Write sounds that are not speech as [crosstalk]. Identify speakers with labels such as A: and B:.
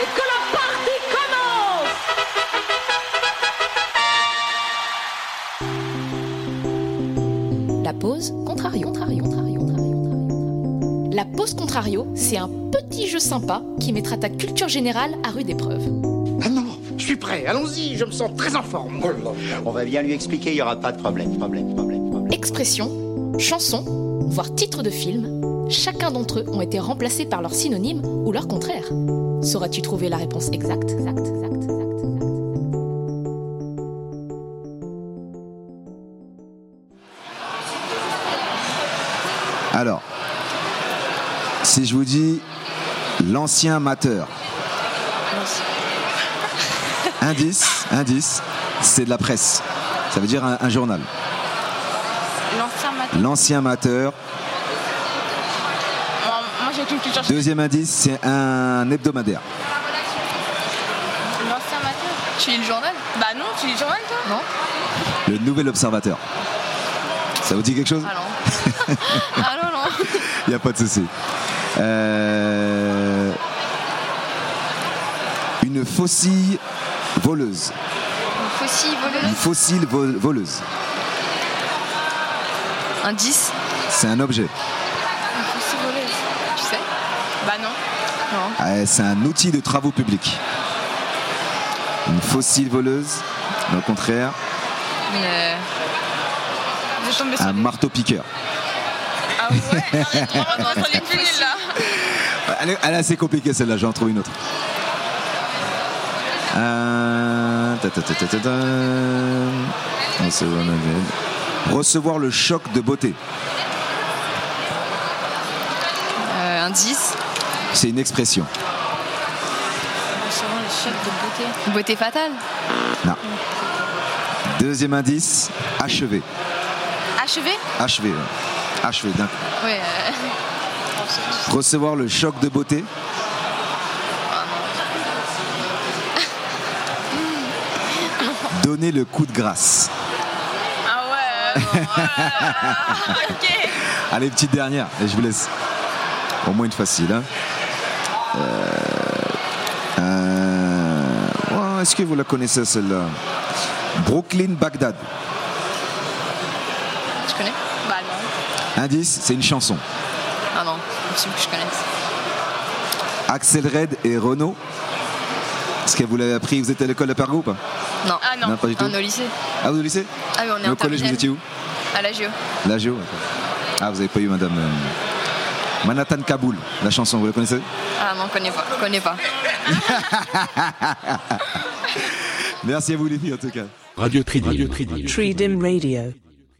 A: et que le parti commence
B: La pause contrario. contrario, contrario, contrario, contrario. La pause contrario, c'est un petit jeu sympa qui mettra ta culture générale à rude épreuve.
C: Ah non, je suis prêt, allons-y, je me sens très en forme.
D: On va bien lui expliquer, il n'y aura pas de problème, problème, problème, problème.
B: Expressions, chansons, voire titres de films, chacun d'entre eux ont été remplacés par leur synonyme ou leur contraire. Sauras-tu trouver la réponse exacte exacte, exacte, exacte, exacte
E: Alors, si je vous dis l'ancien amateur, indice, indice, c'est de la presse. Ça veut dire un, un journal.
F: L'ancien matin.
E: L'ancien amateur.
F: Moi, moi, j'ai qu'une culture.
E: Deuxième indice, c'est un hebdomadaire.
F: L'ancien matin. Tu lis le journal Bah non, tu lis le journal toi Non.
E: Le nouvel observateur. Ça vous dit quelque chose
F: Ah non. ah non, non. [laughs]
E: Il n'y a pas de souci. Euh, Une faucille voleuse.
F: Une faucille
E: Une
F: voleuse.
E: fossile vol- voleuse.
F: Un 10.
E: C'est un objet.
F: Une faucille voleuse. Tu sais Bah non. Non.
E: Euh, C'est un outil de travaux publics. Une fossile voleuse. Au contraire,
F: Une. euh, Je suis tombée sur.
E: un marteau-piqueur.
F: Ah ouais, on [laughs] va sur les plus nuls, là.
E: Elle est, elle est assez compliquée celle-là, j'en trouve une autre. Euh, ta, ta, ta, ta, ta, ta. Recevoir le- Recevoir le choc de beauté.
F: Euh, un 10.
E: C'est une expression.
F: Sûrement le choc de beauté. Beauté fatale.
E: Non. Deuxième indice, achevé.
F: Achevé
E: Achevé. ouais. Achevé. d'un coup.
F: Ouais. euh,
E: Recevoir le choc de beauté. Donner le coup de grâce.
F: Ah ouais. euh, bon, ah, [laughs] ok.
E: Allez, petite dernière, et je vous laisse. Au moins une facile. hein. Euh, euh, ouais, Est-ce que vous la connaissez celle-là Brooklyn, Bagdad.
F: Tu connais Bah non.
E: Indice, c'est une chanson.
F: Ah non, impossible que je connaisse.
E: Axel Red et Renault. Est-ce que vous l'avez appris Vous étiez à l'école de Pergo ou pas
F: Non. Ah non,
E: Non, pas du tout.
F: on est au lycée.
E: Ah, vous au lycée
F: Ah oui, on est
E: Mais
F: en
E: au collège, vous
F: terminale.
E: étiez où
F: À la géo.
E: La Géo d'accord. Ah, vous n'avez pas eu madame. euh, Manhattan Kaboul, la chanson, vous la connaissez
F: Ah non, connais pas, connais pas.
E: Merci à vous les filles en tout cas.
G: Radio Tridim. Radio Tridim.
H: Freedom Radio.